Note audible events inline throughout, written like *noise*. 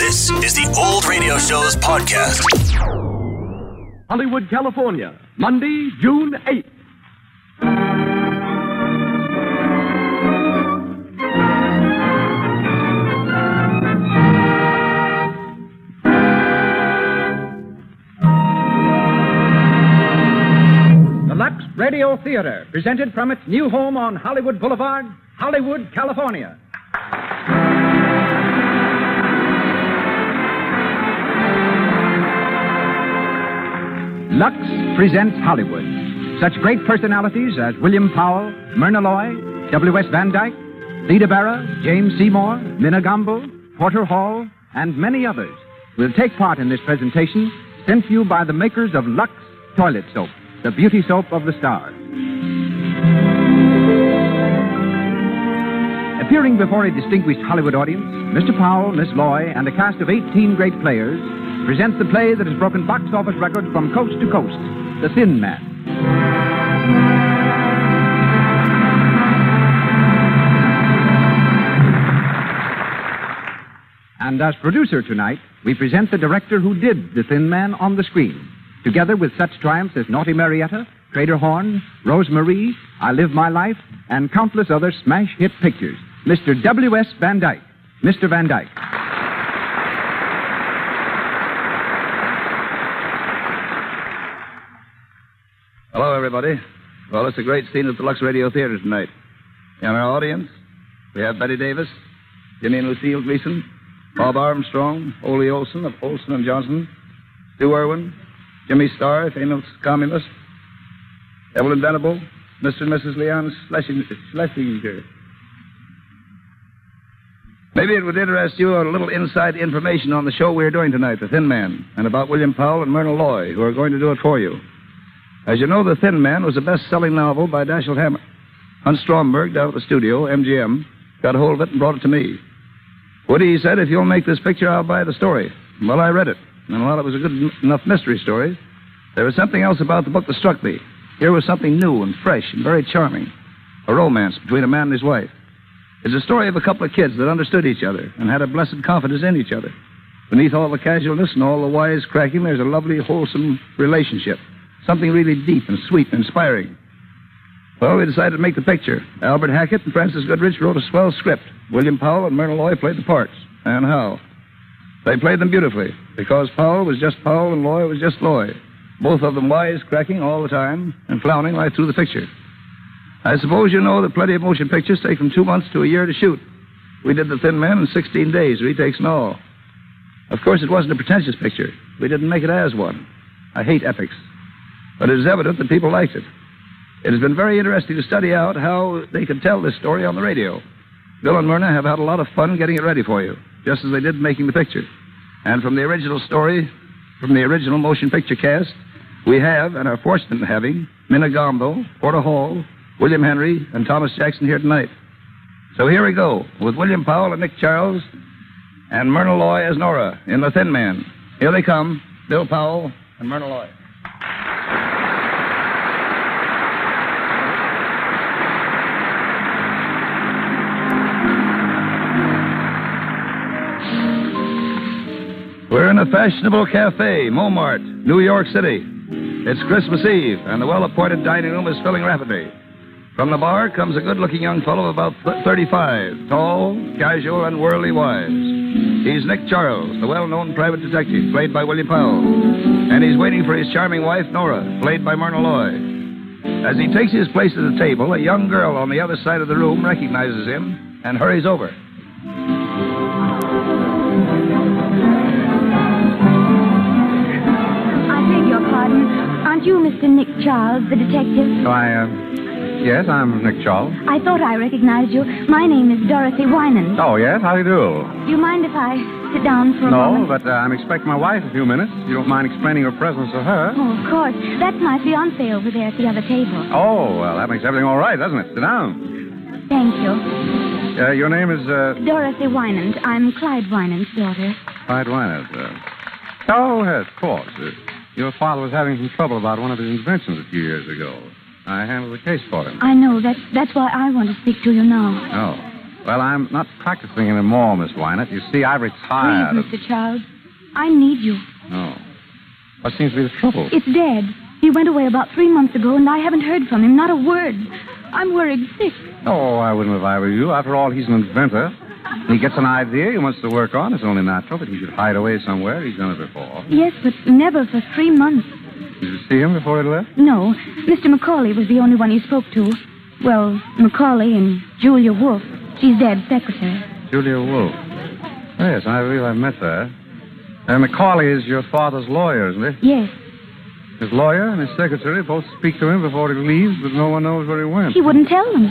This is the Old Radio Show's podcast. Hollywood, California, Monday, June 8th. The Lux Radio Theater, presented from its new home on Hollywood Boulevard, Hollywood, California. Lux presents Hollywood. Such great personalities as William Powell, Myrna Loy, W.S. Van Dyke, Theda Barra, James Seymour, Minna Gomble, Porter Hall, and many others will take part in this presentation sent you by the makers of Lux Toilet Soap, the beauty soap of the stars. Appearing before a distinguished Hollywood audience, Mr. Powell, Miss Loy, and a cast of 18 great players presents the play that has broken box office records from coast to coast The Thin Man. And as producer tonight, we present the director who did The Thin Man on the screen, together with such triumphs as Naughty Marietta, Trader Horn, Rose Marie, I Live My Life, and countless other smash hit pictures, Mr. W.S. Van Dyke. Mr. Van Dyke. Hello, everybody. Well, it's a great scene at the Lux Radio Theater tonight. In our audience, we have Betty Davis, Jimmy and Lucille Gleason, Bob Armstrong, Ole Olson of Olson and Johnson, Stu Irwin, Jimmy Starr, famous communist, Evelyn Venable, Mr. and Mrs. Leon Schlesing- Schlesinger. Maybe it would interest you a little inside information on the show we're doing tonight, The Thin Man, and about William Powell and Myrna Loy, who are going to do it for you. As you know, The Thin Man was a best-selling novel by Dashiell Hammett. Hunt Stromberg, down at the studio, MGM, got hold of it and brought it to me. Woody said, if you'll make this picture, I'll buy the story. Well, I read it, and while it was a good en- enough mystery story, there was something else about the book that struck me. Here was something new and fresh and very charming. A romance between a man and his wife. It's a story of a couple of kids that understood each other and had a blessed confidence in each other. Beneath all the casualness and all the wisecracking, there's a lovely, wholesome relationship. Something really deep and sweet and inspiring. Well, we decided to make the picture. Albert Hackett and Francis Goodrich wrote a swell script. William Powell and Myrna Loy played the parts. And how? They played them beautifully, because Powell was just Powell and Loy was just Loy. Both of them wisecracking all the time and clowning right through the picture. I suppose you know that plenty of motion pictures take from two months to a year to shoot. We did The Thin Man in 16 days, retakes and all. Of course, it wasn't a pretentious picture. We didn't make it as one. I hate epics. But it is evident that people liked it. It has been very interesting to study out how they could tell this story on the radio. Bill and Myrna have had a lot of fun getting it ready for you, just as they did making the picture. And from the original story, from the original motion picture cast, we have and are fortunate in having Minna Gombo, Porter Hall, William Henry, and Thomas Jackson here tonight. So here we go with William Powell and Nick Charles and Myrna Loy as Nora in The Thin Man. Here they come, Bill Powell and Myrna Loy. We're in a fashionable cafe, Momart, New York City. It's Christmas Eve, and the well appointed dining room is filling rapidly. From the bar comes a good looking young fellow about th- 35, tall, casual, and worldly wise. He's Nick Charles, the well known private detective, played by Willie Powell. And he's waiting for his charming wife, Nora, played by Myrna Loy. As he takes his place at the table, a young girl on the other side of the room recognizes him and hurries over. I beg your pardon. Aren't you Mr. Nick Charles, the detective? I, uh, yes, I'm Nick Charles. I thought I recognized you. My name is Dorothy Wynan. Oh, yes, how do you do? Do you mind if I sit down for a No, moment? but uh, I'm expecting my wife in a few minutes. If you don't mind explaining your presence to her. Oh, of course. That's my fiancé over there at the other table. Oh, well, that makes everything all right, doesn't it? Sit down. Thank you. Uh, your name is uh, Dorothy Wynant. I'm Clyde Wynant's daughter. Clyde Wynant. Uh, oh, yes, of course. Uh, your father was having some trouble about one of his inventions a few years ago. I handled the case for him. I know. That's, that's why I want to speak to you now. Oh. Well, I'm not practicing anymore, Miss Wynant. You see, I retired. Please, Mr. Charles, I need you. No. What seems to be the Oh. trouble? It's Dad. He went away about three months ago, and I haven't heard from him. Not a word. I'm worried sick. Oh, I wouldn't if I were you. After all, he's an inventor. He gets an idea he wants to work on. It's only natural that he should hide away somewhere. He's done it before. Yes, but never for three months. Did you see him before he left? No, Mr. Macaulay was the only one he spoke to. Well, Macaulay and Julia Wolf. She's Dad's secretary. Julia Wolf. Oh, yes, I believe I met her. And Macaulay is your father's lawyer, isn't he? Yes. His lawyer and his secretary both speak to him before he leaves, but no one knows where he Hmm. went. He wouldn't tell them.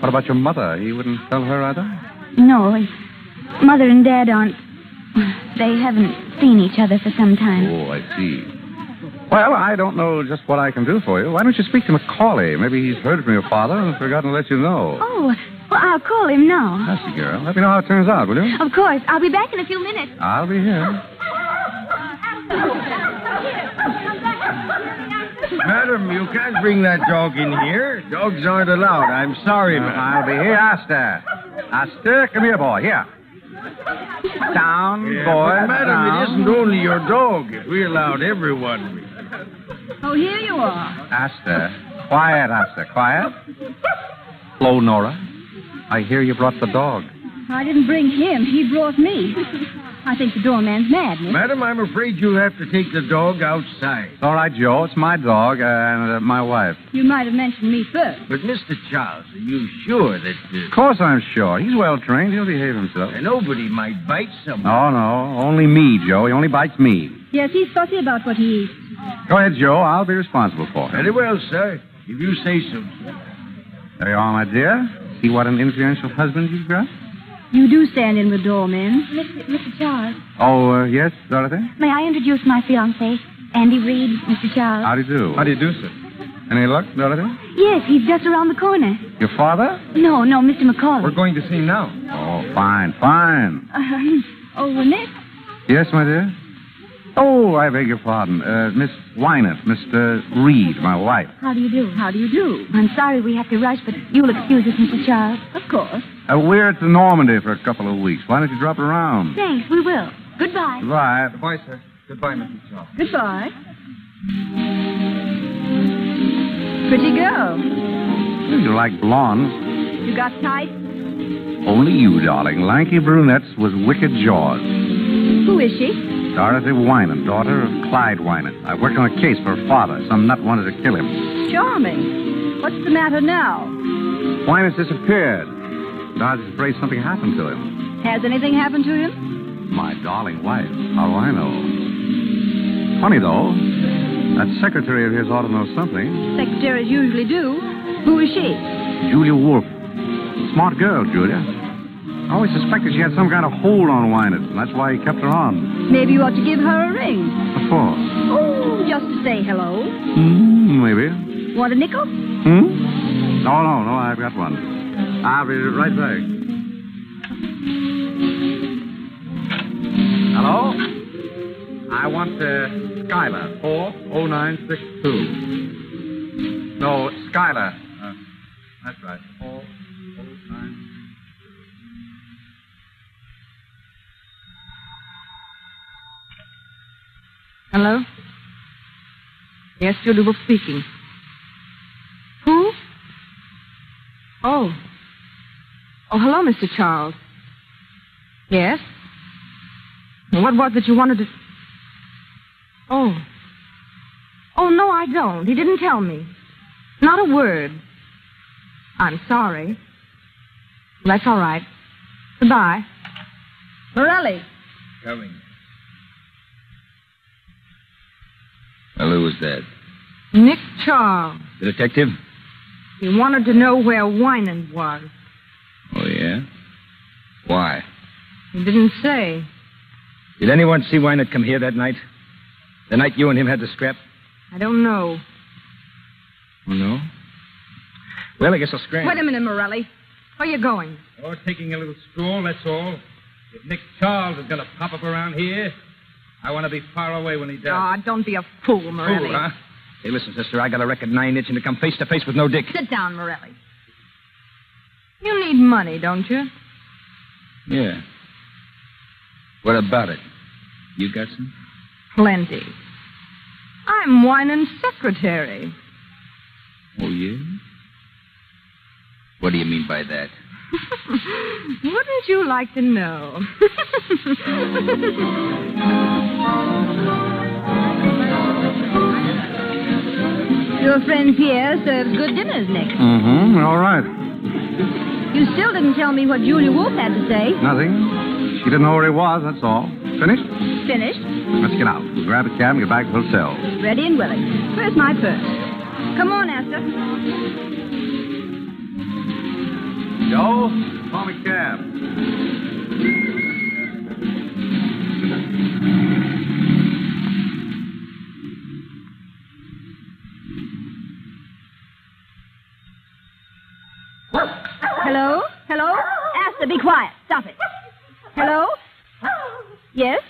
What about your mother? He wouldn't tell her either? No, and Mother and Dad aren't. *sighs* They haven't seen each other for some time. Oh, I see. Well, I don't know just what I can do for you. Why don't you speak to Macaulay? Maybe he's heard from your father and has forgotten to let you know. Oh, well, I'll call him now. That's the girl. Let me know how it turns out, will you? Of course. I'll be back in a few minutes. I'll be here. Madam, you can't bring that dog in here. Dogs aren't allowed. I'm sorry, madam. Uh, I'll be here, Asta. Asta, come here, boy. Here. Down, Yeah, boy. but madam, down. it isn't only your dog. If we allowed everyone, we- Oh, here you are. Asta. Quiet, Asta. Quiet. Hello, Nora. I hear you brought the dog. I didn't bring him. He brought me. I think the doorman's mad. Hmm? Nick. madam, I'm afraid you'll have to take the dog outside. It's all right, Joe. It's my dog uh, and uh, my wife. You might have mentioned me first. But, Mr. Charles, are you sure that Of uh, course I'm sure. He's well trained. He'll behave himself. nobody might bite someone? No, no. Only me, Joe. He only bites me. Yes, he's fussy about what he eats. Go ahead, Joe. I'll be responsible for Very it. well, sir. If you say so. There you are, my dear. See what an influential husband you've got? You do stand in with doormen. Mr. Mr. Charles, Oh, uh, yes, Dorothy? may I introduce my fiancé, Andy Reed, Mr. Charles? How do you do? you do, sir? Any luck, Dorothy? Yes, he's just around the corner. Your father? No, no, Mr. Macaulay. going to see him now. Oh, fine, fine. Um, Uh, oh, well, Nick. Yes, my dear? Oh, I beg your pardon. Uh, Miss Wynant, Mr. Reed, my wife. How do you do? How do you do? I'm sorry we have to rush, but you'll excuse us, Mr. Charles. Of course. Uh, we're at the Normandy for a couple of weeks. Why don't you drop around? Thanks, we will. Goodbye. Right. Goodbye, sir. Goodbye, Mr. Charles. Goodbye. Pretty girl. You like blondes. You got tight? Only you, darling. Lanky brunettes with wicked jaws. Who is she? Dorothy Wynan, daughter of Clyde Wynan. I worked on a case for her father. Some nut wanted to kill him. Charming. What's the matter now? Wynan's disappeared. Dorothy's afraid something happened to him. Has anything happened to him? My darling wife, how I know. Funny, though, that secretary of his ought to know something. Secretaries usually do. Who is she? Julia Wolf. Smart girl, Julia. I always suspected she had some kind of hold on Wynan, and that's why he kept her on. Maybe you ought to give her a ring. Before. Oh, just to say hello. Hmm, maybe. Want a nickel? Hmm? No, no, no, I've got one. I'll be right back. Hello? I want uh, Skylar, oh, 40962. No, Skylar. Uh, that's right, 40962. Hello? Yes, Yuluba speaking. Who? Oh. Oh, hello, Mr. Charles. Yes? What was it you wanted to. Oh. Oh, no, I don't. He didn't tell me. Not a word. I'm sorry. That's all right. Goodbye. Morelli. Coming. Well, who was that? Nick Charles. The detective? He wanted to know where Winan was. Oh, yeah? Why? He didn't say. Did anyone see Wynant come here that night? The night you and him had the scrap? I don't know. Oh, no? Well, I guess I'll scram. Wait a minute, Morelli. Where you going? Oh, taking a little stroll, that's all. If Nick Charles is going to pop up around here, I want to be far away when he does. Ah, don't be a fool, Morelli. Fool, huh? Hey, listen, sister, I got a record nine inch and to come face to face with no dick. Sit down, Morelli. You need money, don't you? Yeah. What about it? You got some? Plenty. I'm Winan's secretary. Oh, yeah? What do you mean by that? Wouldn't you like to know? Your friend Pierre serves good dinners, Nick. Mm-hmm. All right. You still didn't tell me what Julia Wolf had to say. Nothing. She didn't know where he was, that's all. Finished? Finished. Let's get out. We'll grab a cab and get back to the hotel. Ready and willing. Where's my purse? Come on, Esther. Joe, call me cab. Hello? Hello? Esther, be quiet. Stop it. Hello? Yes?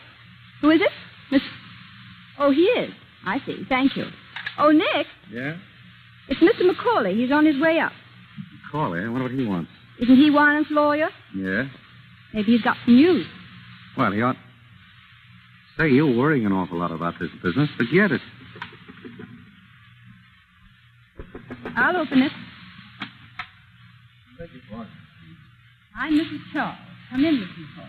Who is it? Miss. Oh, he is. I see. Thank you. Oh, Nick, Yeah? it's Mr. McCauley. He's on his way up. Call her. I wonder what he wants. Isn't he Wyman's lawyer? Yeah? Maybe he's got some news. Well, he ought. Say, you're worrying an awful lot about this business. Forget it. I'll open it. I'm Mrs. Charles. Come in, Mrs. McCauley.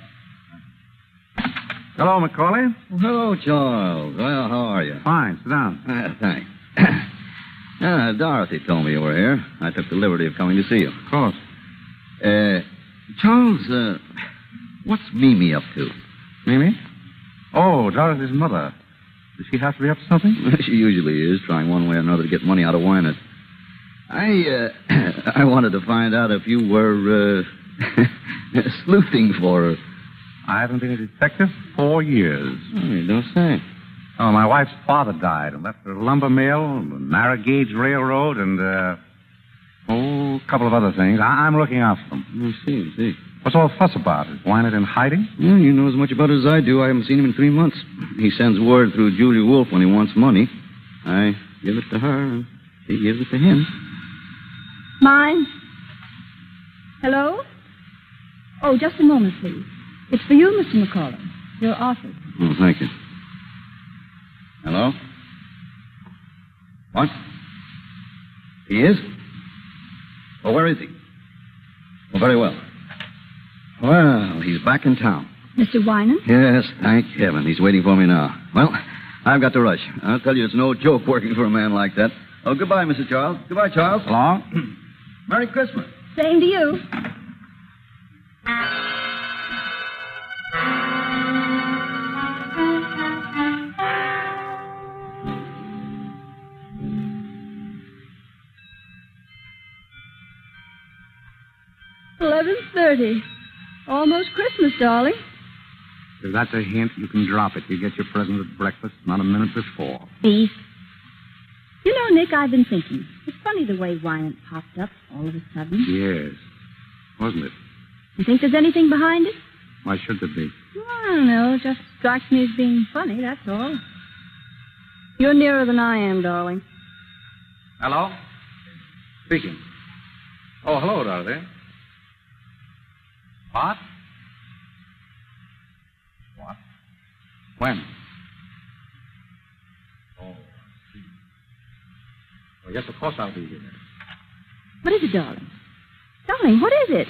Hello, Macaulay. Hello, Charles. Oh, Well, how are you? Fine. Sit down. Uh, thanks. *clears throat* uh, Dorothy told me you were here. I took the liberty of coming to see you. Of course. Uh, Charles, uh, what's Mimi up to? Mimi? Oh, Dorothy's mother. Does she have to be up to something? *laughs* she usually is, trying one way or another to get money out of Wynette. *clears throat* I, uh, I wanted to find out if you were, uh, *laughs* sleuthing for her. I haven't been a detective four years. Oh, you don't say. Oh, my wife's father died and left her a lumber mill, a narrow gauge railroad, and uh, oh, a couple of other things. I- I'm looking after them. I see, I see. What's all the fuss about? Is Wynette in hiding? Yeah, you know as much about it as I do. I haven't seen him in three months. He sends word through Julia Wolf when he wants money. I give it to her, and she gives it to him. Mine? Hello? Oh, just a moment, please. It's for you, Mr. McCauley. Your office. Oh, thank you. Hello? What? He is? Well, where is he? Well, very well. Well, he's back in town. Mr. Wynan? Yes, thank heaven. He's waiting for me now. Well, I've got to rush. I'll tell you, it's no joke working for a man like that. Oh, goodbye, Mr. Charles. Goodbye, Charles. Long? Merry Christmas. Same to you. Eleven thirty. Almost Christmas, darling. If that's a hint, you can drop it. You get your present at breakfast, not a minute before. Thief. You know, Nick, I've been thinking. It's funny the way Wyant popped up all of a Hmm? sudden. Yes. Wasn't it? You think there's anything behind it? Why should there be? Well, I don't know. It just strikes me as being funny, that's all. You're nearer than I am, darling. Hello? Speaking. Oh, hello, Dorothy. What? What? When? Oh, I see. Well, yes, of course I'll be here. What is it, darling? Darling, what is it?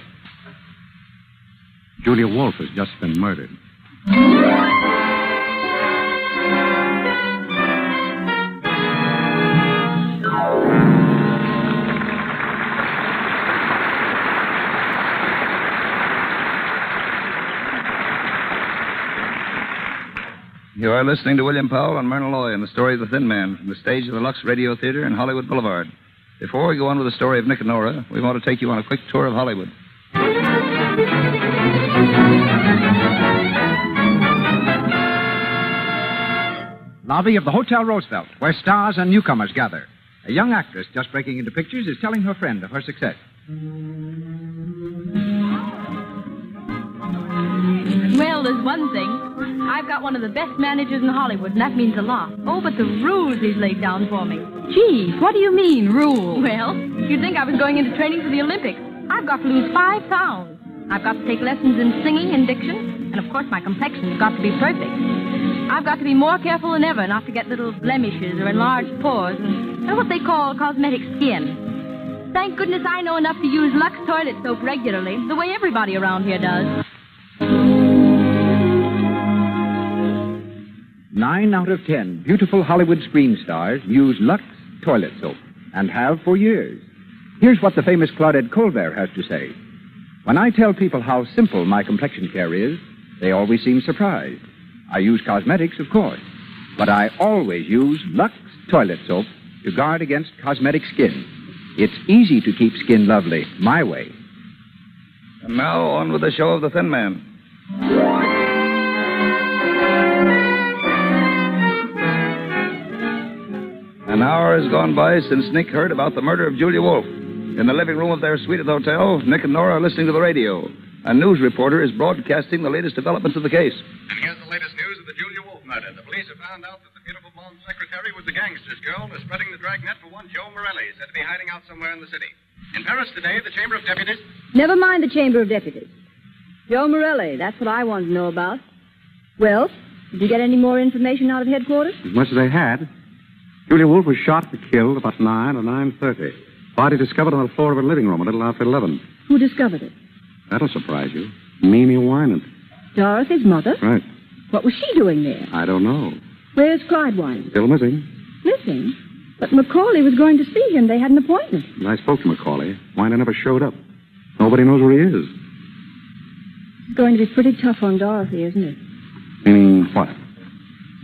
Julia Wolf has just been murdered. You are listening to William Powell and Myrna Loy in the story of the Thin Man from the stage of the Lux Radio Theater in Hollywood Boulevard. Before we go on with the story of Nick and Nora, we want to take you on a quick tour of Hollywood. Lobby of the Hotel Roosevelt, where stars and newcomers gather. A young actress just breaking into pictures is telling her friend of her success. Well, there's one thing. I've got one of the best managers in Hollywood, and that means a lot. Oh, but the rules he's laid down for me. Gee, what do you mean, rule? Well, you'd think I was going into training for the Olympics. I've got to lose five pounds. I've got to take lessons in singing and diction, and of course my complexion's got to be perfect. I've got to be more careful than ever not to get little blemishes or enlarged pores and, and what they call cosmetic skin. Thank goodness I know enough to use Lux toilet soap regularly, the way everybody around here does. Nine out of ten beautiful Hollywood screen stars use Lux toilet soap and have for years. Here's what the famous Claudette Colbert has to say. When I tell people how simple my complexion care is, they always seem surprised. I use cosmetics, of course, but I always use Lux toilet soap to guard against cosmetic skin. It's easy to keep skin lovely my way. And now on with the show of the Thin Man. An hour has gone by since Nick heard about the murder of Julia Wolf. In the living room of their suite at the hotel, Nick and Nora are listening to the radio. A news reporter is broadcasting the latest developments of the case. And here's the latest news of the Julia Wolf murder. The police have found out that the beautiful blonde secretary was the gangster's girl and is spreading the dragnet for one Joe Morelli, said to be hiding out somewhere in the city. In Paris today, the Chamber of Deputies. Never mind the Chamber of Deputies. Joe Morelli, that's what I wanted to know about. Well, did you get any more information out of headquarters? As much as they had. Julia Wolf was shot and killed about 9 or 9.30. Body discovered on the floor of her living room a little after 11. Who discovered it? That'll surprise you. Mimi Wynant. Dorothy's mother? Right. What was she doing there? I don't know. Where's Clyde Wine? Still missing. Missing? But Macaulay was going to see him. They had an appointment. And I spoke to Macaulay. Wynant never showed up. Nobody knows where he is. It's going to be pretty tough on Dorothy, isn't it? Meaning what?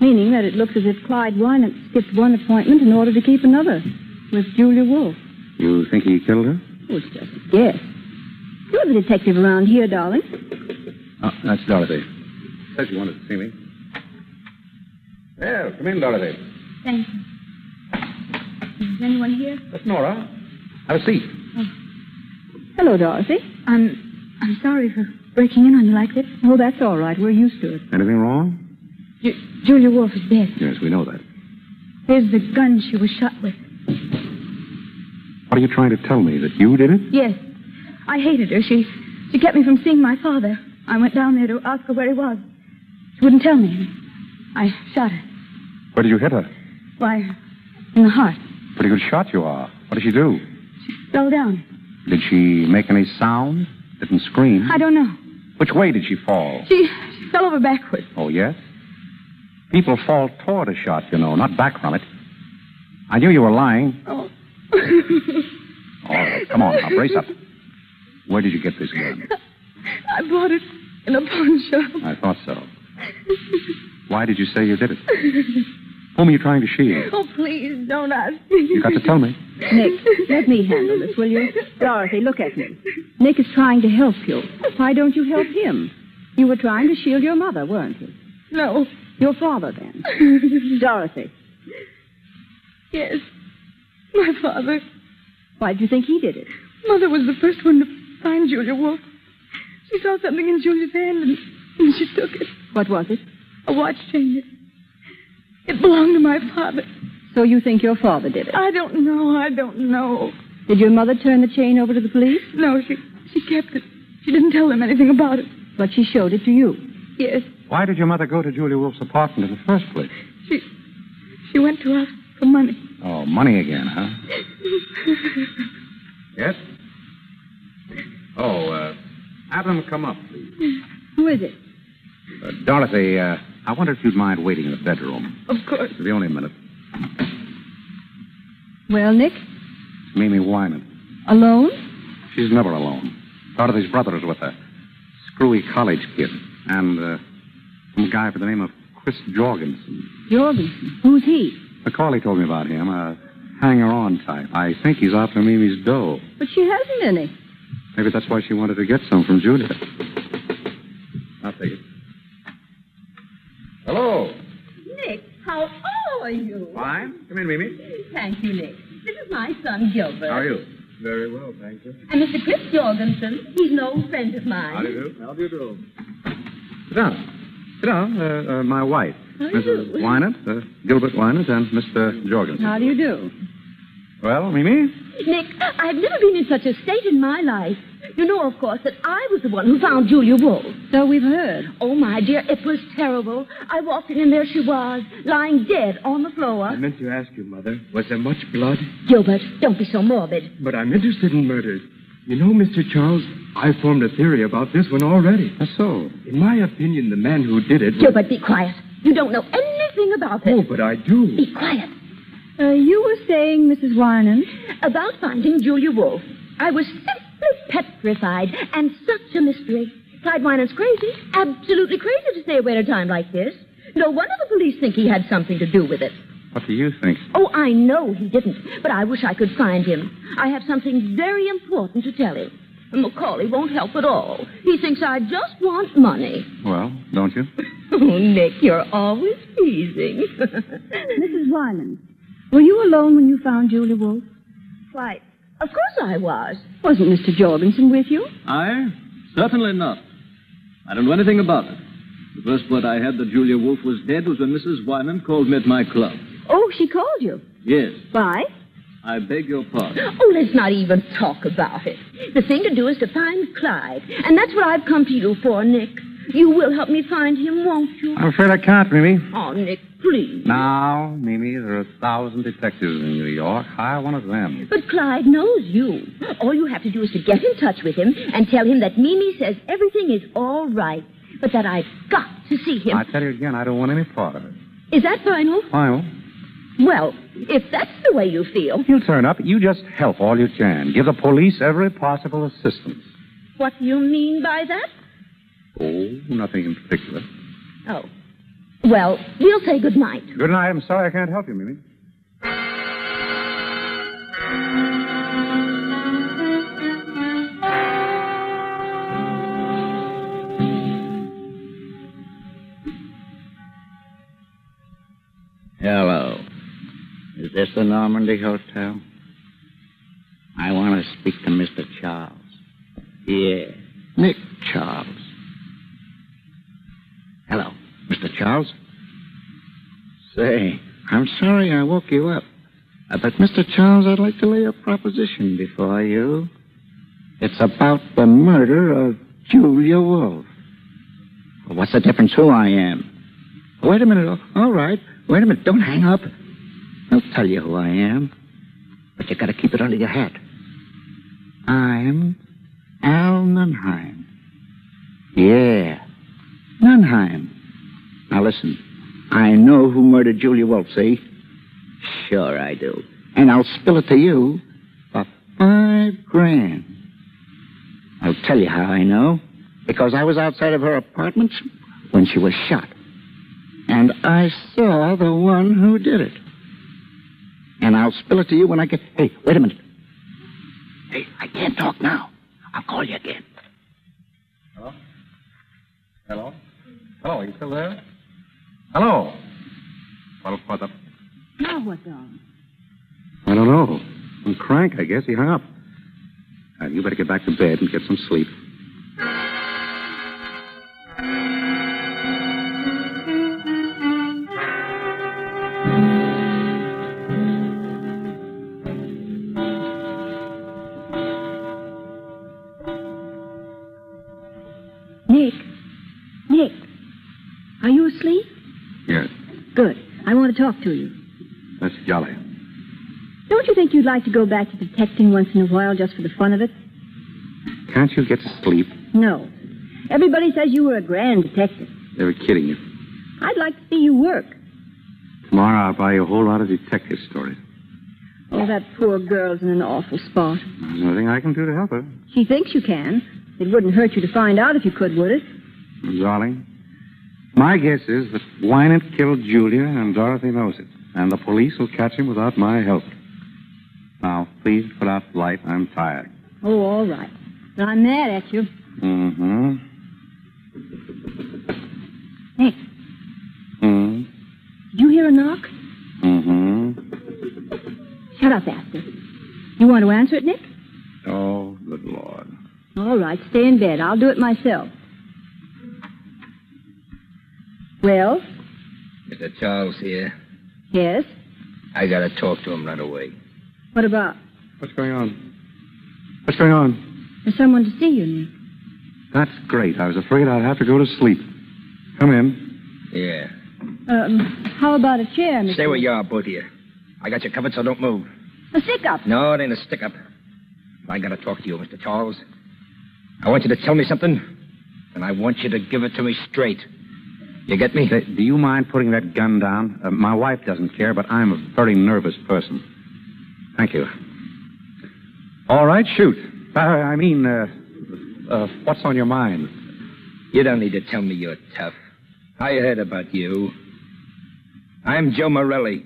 Meaning that it looks as if Clyde Wynant skipped one appointment in order to keep another with Julia Wolf. You think he killed her? Oh, it's just a guess. You're the detective around here, darling. Oh, that's Dorothy. Said you wanted to see me. Well, come in, Dorothy. Thank you. Is anyone here? That's Nora. Have a seat. Hello, Dorothy. I'm I'm sorry for breaking in on you like this. Oh, that's all right. We're used to it. Anything wrong? Ju- Julia Wolf is dead. Yes, we know that. Here's the gun she was shot with. What are you trying to tell me? That you did it? Yes. I hated her. She she kept me from seeing my father. I went down there to ask her where he was. She wouldn't tell me. I shot her. Where did you hit her? Why? In the heart. Pretty good shot you are. What did she do? Fell down. Did she make any sound? Didn't scream? I don't know. Which way did she fall? She, she fell over backward. Oh, yes? People fall toward a shot, you know, not back from it. I knew you were lying. *laughs* Oh. All right, come on now, brace up. Where did you get this gun? I bought it in a pawn shop. I thought so. Why did you say you did it? Whom are you trying to shield? Oh, please don't ask You got to tell me. Nick, let me handle this, will you? Dorothy, look at me. Nick is trying to help you. Why don't you help him? You were trying to shield your mother, weren't you? No. Your *laughs* father, then. Dorothy, Yes. My father. why do you think he did it? Mother was the first one to find Julia Wolf. She saw something in Julia's hand and, and she took it. What was it? A watch chain. It, it belonged to my father. So you think your father did it? I don't know. I don't know. Did your mother turn the chain over to the police? No, she she kept it. She didn't tell them anything about it. But she showed it to you. Yes. Why did your mother go to Julia Wolf's apartment in the first place? She she went to ask for money. Oh, money again, huh? Yes? Oh, uh, have them come up, please. Who is it? Uh, Dorothy, uh, I wonder if you'd mind waiting in the bedroom. Of course. It'll be only a minute. Well, Nick, It's Mimi Wyman. alone? She's never alone. Dorothy's brother is with her. Screwy college kid. And uh, some guy by the name of Chris Jorgensen. Jorgensen. Who's he? Macaulay told me about him. A hanger-on type. I think he's after Mimi's dough. But she hasn't any. Maybe that's why she wanted to get some from Julia. I'll take it. Hello. Nick, how old are you? Fine. Come in, Mimi. Thank you, Nick. This is my son, Gilbert. How are you? Very well, thank you. And Mr. Chris Jorgensen, he's an old friend of mine. do? How do you do? Sit down. Sit down. Uh, uh, my wife, Mrs. Wynant, uh, Gilbert Wynant, and Mr. Jorgensen. How do you do? Well, Mimi? Nick, I've never been in such a state in my life. You know, of course, that I was the one who found Julia Wolf. So we've heard. Oh, my dear, it was terrible. I walked in and there she was, lying dead on the I floor. meant to ask you, Mother, was there much blood? Gilbert, don't be so morbid. But I'm interested in murders. You know, Mr. Charles, I formed a theory about this one already. so? In my opinion, the man who did it. was- Gilbert, be quiet. You don't know anything about it. Oh, but I do. Be quiet. Uh, you were saying, Mrs. Warnan? About finding Julia Wolf. I was simply petrified, and such a mystery. Clyde Wynan's crazy, absolutely crazy to stay away at a time like this. No wonder the police think he had something to do with it. What do you think? Oh, I know he didn't, but I wish I could find him. I have something very important to tell him. Macaulay won't help at all. He thinks I just want money. Well, don't you? Oh, Nick, you're always teasing. *laughs* Mrs. Wyman, were you alone when you found Julia Wolf? Why, of course I was. Wasn't Mr. Jorgensen with you? I? Certainly not. I don't know anything about it. The first word I had that Julia Wolf was dead was when Mrs. Wyman called me at my club. Oh, she called you. Yes, Why? I beg your pardon. Oh, let's not even talk about it. The thing to do is to find Clyde, and that's what I've come to you for, Nick. You will help me find him, won't you? I'm afraid I can't, Mimi. Oh, Nick, please. Now, Mimi, there are a thousand detectives in New York. Hire one of them. But Clyde knows you. All you have to do is to get in touch with him and tell him that Mimi says everything is all right, but that I've got to see him. I tell you again, I don't want any part of it. Is that final? Final. Well, if that's the way you feel, He'll turn up. You just help all you can. Give the police every possible assistance. what do you mean by that? Oh, nothing in particular. Oh. Well, we'll say good night. Good night. I'm sorry I can't help you, Mimi. Hello. Is this the Normandy Hotel? I want to speak to Mr. Charles. Yeah, Nick Charles. Hello, Mr. Charles. Say, I'm sorry I woke you up. Uh, But, Mr. Charles, I'd like to lay a proposition before you. It's about the murder of Julia Wolf. Well, what's the difference who I am? Wait a minute. All right. Wait a minute. Don't hang up. I'll tell you who I am. But you gotta keep it under your hat. I'm Al Nunheim. Yeah. Nunheim. Now listen. I know who murdered Julia Wolf, see? Sure I do. And I'll spill it to you for five grand. I'll tell you how I know. Because I was outside of her apartment when she was shot. And I saw the one who did it. And I'll spill it to you when I get. Hey, wait a minute. Hey, I can't talk now. I'll call you again. Hello? Hello? Hello, are you still there? Hello? Well, what the... Now what, darling? I don't know. I'm crank, I guess. He hung up. Uh, you better get back to bed and get some sleep. Nick. Nick. Are you asleep? Yes, Good. I want to talk to you. that's jolly. Don't you think you'd like to go back to detecting once in a while just for the fun of it? Can't you get to sleep? No. Everybody says you were a grand detective. They were kidding you. I'd like to see you work. Tomorrow I'll buy you a whole lot of detective stories. Oh, that poor girl's in an awful spot. There's nothing I can do to help her. She thinks you can. It wouldn't hurt you to find out if you could, would it? Darling, my guess is that Wynant killed Julia and Dorothy knows it. And the police will catch him without my help. Now, please put out the light. I'm tired. Oh, all right. But I'm mad at you. Mm-hmm. Nick, Mm-hmm. did you hear a knock? Mm-hmm. Shut up, Astor. You want to answer it, Nick? Oh, good Lord. All right, stay in bed. I'll do it myself. Well, Mr. Charles here. yes. I gotta talk to him right away. What about? What's going on? What's going on? There's someone to see you, Nick. That's great. I was afraid I'd have to go to sleep. Come in. Yeah. Um, how about a chair, Mr. Stay where you are, both of you. I got you covered, so don't move. A sick up. No, it ain't a stick up. I gotta talk to you, Mr. Charles. I want you to tell me something, and I want you to give it to me straight. You get me? Say, do you mind putting that gun down? Uh, my wife doesn't care, but I'm a very nervous person. Thank you. All right, shoot. Uh, I mean, uh, uh, what's on your mind? You don't need to tell me you're tough. I heard about you. I'm Joe Morelli.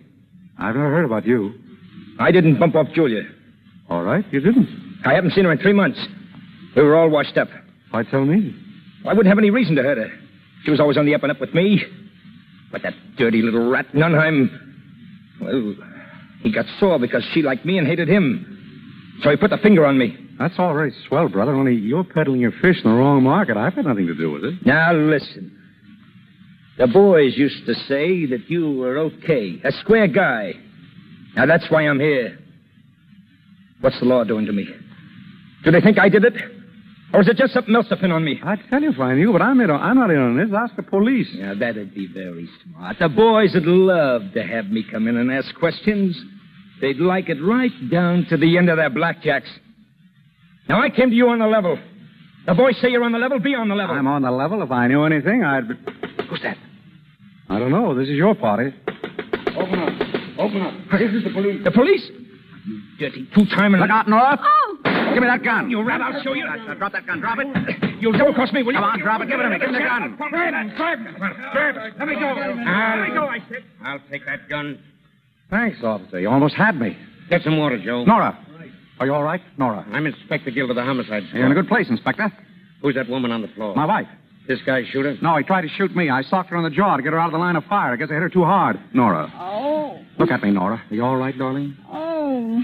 I've never heard about you. I didn't bump off Julia. All right, you didn't. I haven't seen her in three months. We were all washed up. Why tell me? I wouldn't have any reason to hurt her. She was always on the up and up with me. But that dirty little rat, Nunheim, well, he got sore because she liked me and hated him. So he put the finger on me. That's all very swell, brother, only you're peddling your fish in the wrong market. I've had nothing to do with it. Now listen. The boys used to say that you were okay, a square guy. Now that's why I'm here. What's the law doing to me? Do they think I did it? Or is it just something else to pin on me? I tell you if I knew, but I'm, in, I'm not in on this. Ask the police. Now, that'd be very smart. The boys would love to have me come in and ask questions. They'd like it right down to the end of their blackjacks. Now, I came to you on the level. The boys say you're on the level. Be on the level. I'm on the level. If I knew anything, I'd be... Who's that? I don't know. This is your party. Open up. Open up. This is the police. The police? You dirty two-time... Look out, Nora. Oh! Give me that gun. You rat, I'll show you. Uh, Now, drop that gun. Drop it. You'll double cross me, will you? Come on, drop it. Give it to me. Give me the gun. Grab it. Grab it. Grab it. Let me go. Let me go, I said. I'll take that gun. Thanks, officer. You almost had me. Get some water, Joe. Nora. Are you all right, Nora? I'm Inspector Gill of the homicide squad. You're in a good place, Inspector. Who's that woman on the floor? My wife. This guy shoot her? No, he tried to shoot me. I socked her on the jaw to get her out of the line of fire. I guess I hit her too hard. Nora. Oh. Look at me, Nora. Are you all right, darling? Oh.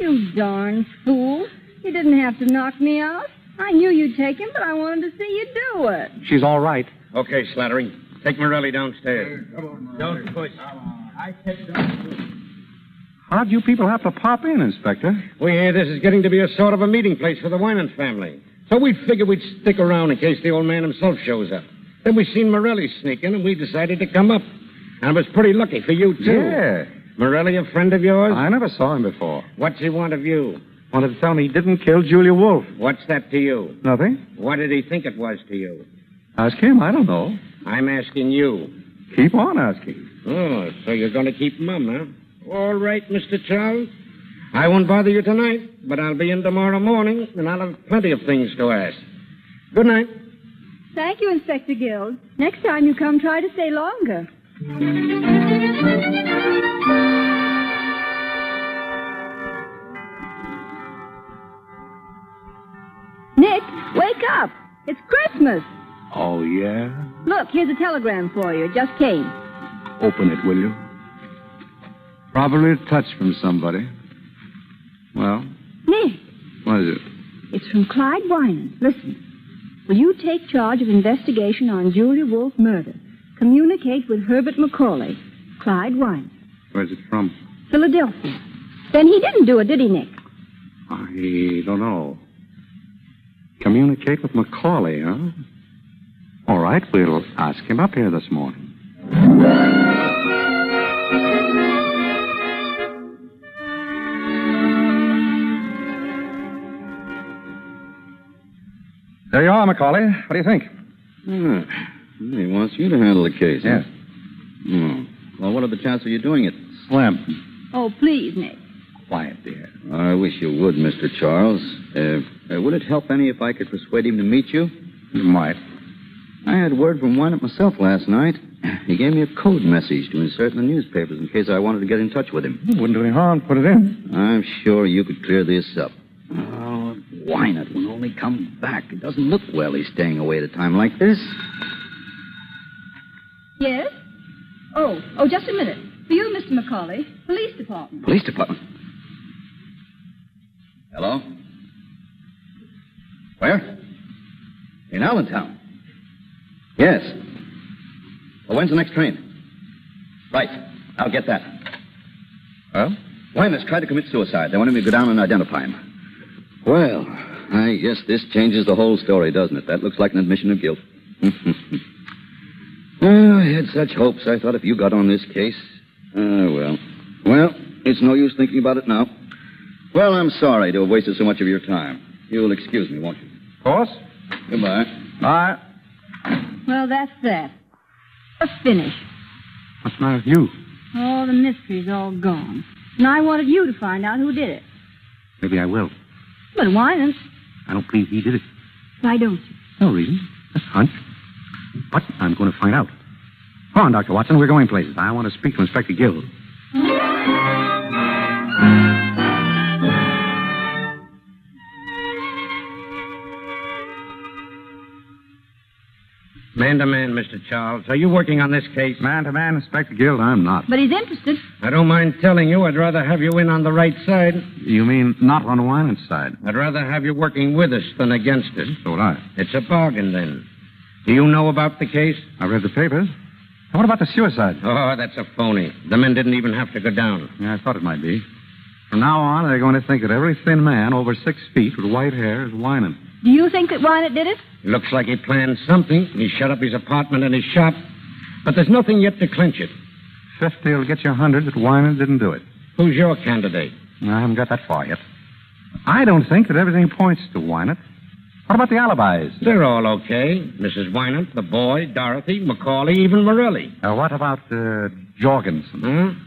You darn fool. You didn't have to knock me out. I knew you'd take him, but I wanted to see you do it. She's all right. Okay, Slattery. Take Morelli downstairs. Don't push. I said How'd you people have to pop in, Inspector? We hear this is getting to be a sort of a meeting place for the Wyman family. So we figured we'd stick around in case the old man himself shows up. Then we seen Morelli sneak in, and we decided to come up. And it was pretty lucky for you, too. Yeah. Morelli, a friend of yours? I never saw him before. What's he want of you? Wanted to tell me he didn't kill Julia Wolf. What's that to you? Nothing. What did he think it was to you? Ask him. I don't know. I'm asking you. Keep on asking. Oh, so you're going to keep mum, huh? All right, Mr. Charles. I won't bother you tonight, but I'll be in tomorrow morning, and I'll have plenty of things to ask. Good night. Thank you, Inspector Guild. Next time you come, try to stay longer. Nick, wake up. It's Christmas. Oh, yeah? Look, here's a telegram for you. It just came. Open it, will you? Probably a touch from somebody. Well, Nick, what is it? it's from Clyde Wynan. Listen. Will you take charge of investigation on Julia Wolf murder? Communicate with Herbert Macaulay. Clyde Wynan. Where's it from? Philadelphia. Then he didn't do it, did he, Nick? I don't know. Communicate with Macaulay, huh? All right, we'll ask him up here this morning. There you are, Macaulay. What do you think? Ah, he wants you to handle the case. huh? Yes. Hmm. Well, what are the chances of you doing it? Slim. Oh, please, Nick. Quiet, dear. I wish you would, Mr. Charles. Uh, uh, would it help any if I could persuade him to meet you? You might. I had word from Wynant myself last night. He gave me a code message to insert in the newspapers in case I wanted to get in touch with him. It wouldn't do any harm to put it in. I'm sure you could clear this up. Oh, Wynant will only come back. It doesn't look well he's staying away at a time like this. Yes? Oh, oh, just a minute. For you, Mr. Macaulay, police department. Police department. Hello? Where? In Allentown. Yes. Well, when's the next train? Right. I'll get that. Well? Wyman's tried to commit suicide. They wanted me to go down and identify him. Well, I guess this changes the whole story, doesn't it? That looks like an admission of guilt. *laughs* oh, I had such hopes. I thought if you got on this case. Ah, well. Well, it's no use thinking about it now. Well, I'm sorry to have wasted so much of your time. You'll excuse me, won't you? Of course. Goodbye. Bye. Well, that's that. A finish. What's the matter with you? All the mystery's all gone. And I wanted you to find out who did it. Maybe I will. But Winans, I don't believe he did it. why don't you? No reason. Just a hunch. But I'm going to find out. Come on, Dr. Watson. We're going places. I want to speak to Inspector Gill. Man to man, Mr. Charles. Are you working on this case? Man to man, Inspector Guild, I'm not. But he's interested. I don't mind telling you, I'd rather have you in on the right side. You mean not on Winans' side? I'd rather have you working with us than against us. So would I. It's a bargain, then. Do you know about the case? I read the papers. And What about the suicide? Oh, that's a phony. The men didn't even have to go down. Yeah, I thought it might be. From now on, they're going to think that every thin man over six feet with white hair is Winan. Do you think that Winant did it? Looks like he planned something. He shut up his apartment and his shop, but there's nothing yet to clinch it. Fifty will get you a hundred that Winan didn't do it. Who's your candidate? I haven't got that far yet. I don't think that everything points to Winant. What about the alibis? They're all okay. Mrs. Winant, the boy, Dorothy, Macaulay, even Morelli. Uh, what about uh, Jorgensen?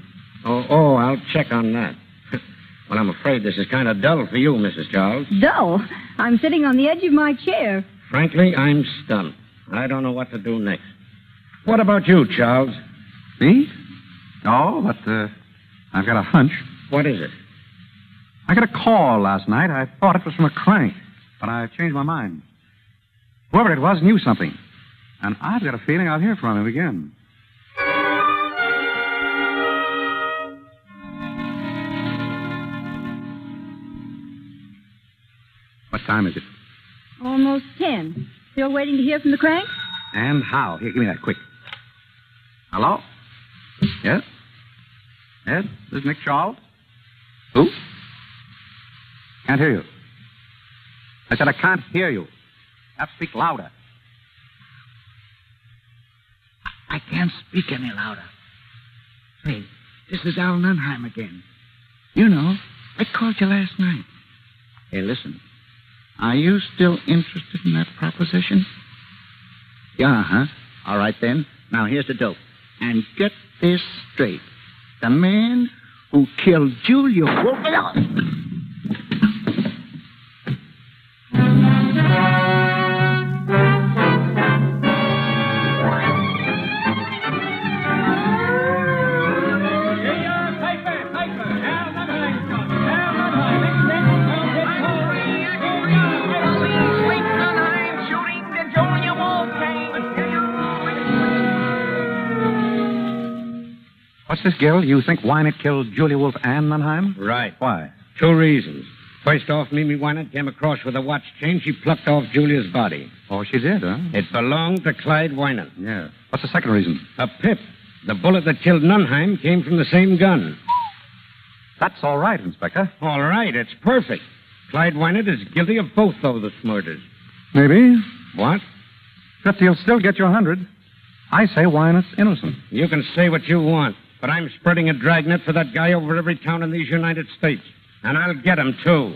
Oh, oh, I'll check on that. *laughs* well, I'm afraid this is kind of dull for you, Mrs. Charles. Dull. I'm sitting on the edge of my chair. Frankly, I'm stunned. I don't know what to do next. What about you, Charles? Me? No, but uh, I've got a hunch. What is it? I got a call last night. I thought it was from a crank, but I've changed my mind. Whoever it was knew something, and I've got a feeling I'll hear from him again. What time is it? Almost ten. Still waiting to hear from the crank? And how? Here, give me that quick. Hello? Yes? Yes? This is Nick Charles? Who? Can't hear you. I said I can't hear you. Have to speak louder. I can't speak any louder. Hey, this is Al Nunheim again. You know, I called you last night. Hey, listen. Are you still interested in that proposition? Yeah, huh? Uh-huh. All right, then. Now, here's the dope. And get this straight. The man who killed Julia Wolf... What's this, Gil? You think Wynant killed Julia Wolf and Nunheim? Right. Why? Two reasons. First off, Mimi Wynant came across with a watch chain. She plucked off Julia's body. Oh, she did, huh? It belonged to Clyde Wynant. Yeah. What's the second reason? A pip. The bullet that killed Nunheim came from the same gun. That's all right, Inspector. All right, it's perfect. Clyde Wynant is guilty of both of those murders. Maybe. What? Fifty will still get you a hundred. I say Wynant's innocent. You can say what you want, but I'm spreading a dragnet for that guy over every town in these United States. And I'll get him, too.